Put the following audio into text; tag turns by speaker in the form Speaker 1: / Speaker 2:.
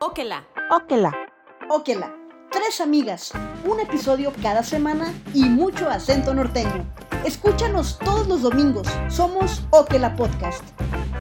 Speaker 1: Óquela.
Speaker 2: Óquela.
Speaker 3: Óquela. Tres amigas, un episodio cada semana y mucho acento norteño. Escúchanos todos los domingos. Somos Oquela Podcast.